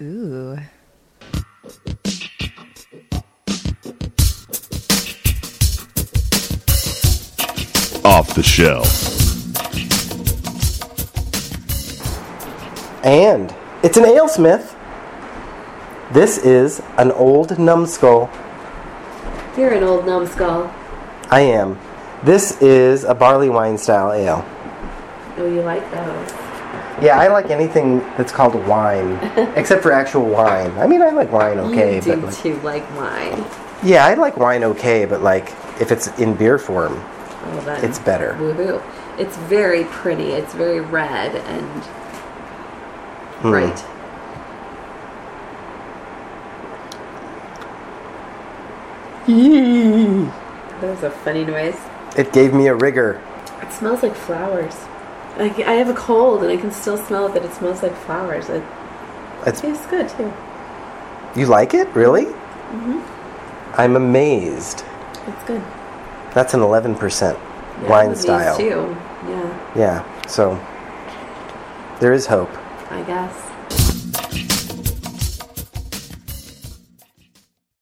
Ooh. Off the shell. And it's an alesmith. This is an old numbskull. You're an old numbskull. I am. This is a barley wine style ale. Oh, you like those. Yeah, I like anything that's called wine, except for actual wine. I mean, I like wine okay, you do but like, too like wine. yeah, I like wine okay, but like if it's in beer form, Well, then, It's better. Woohoo. It's very pretty. It's very red and Hmm. bright. That was a funny noise. it gave me a rigor. It smells like flowers. I, I have a cold and I can still smell that it smells like flowers. It It's tastes good too. you like it really? Mm-hmm. I'm amazed. It's good. That's an 11% Yeah, wine these style. too. Yeah, Yeah, so there is hope. I guess.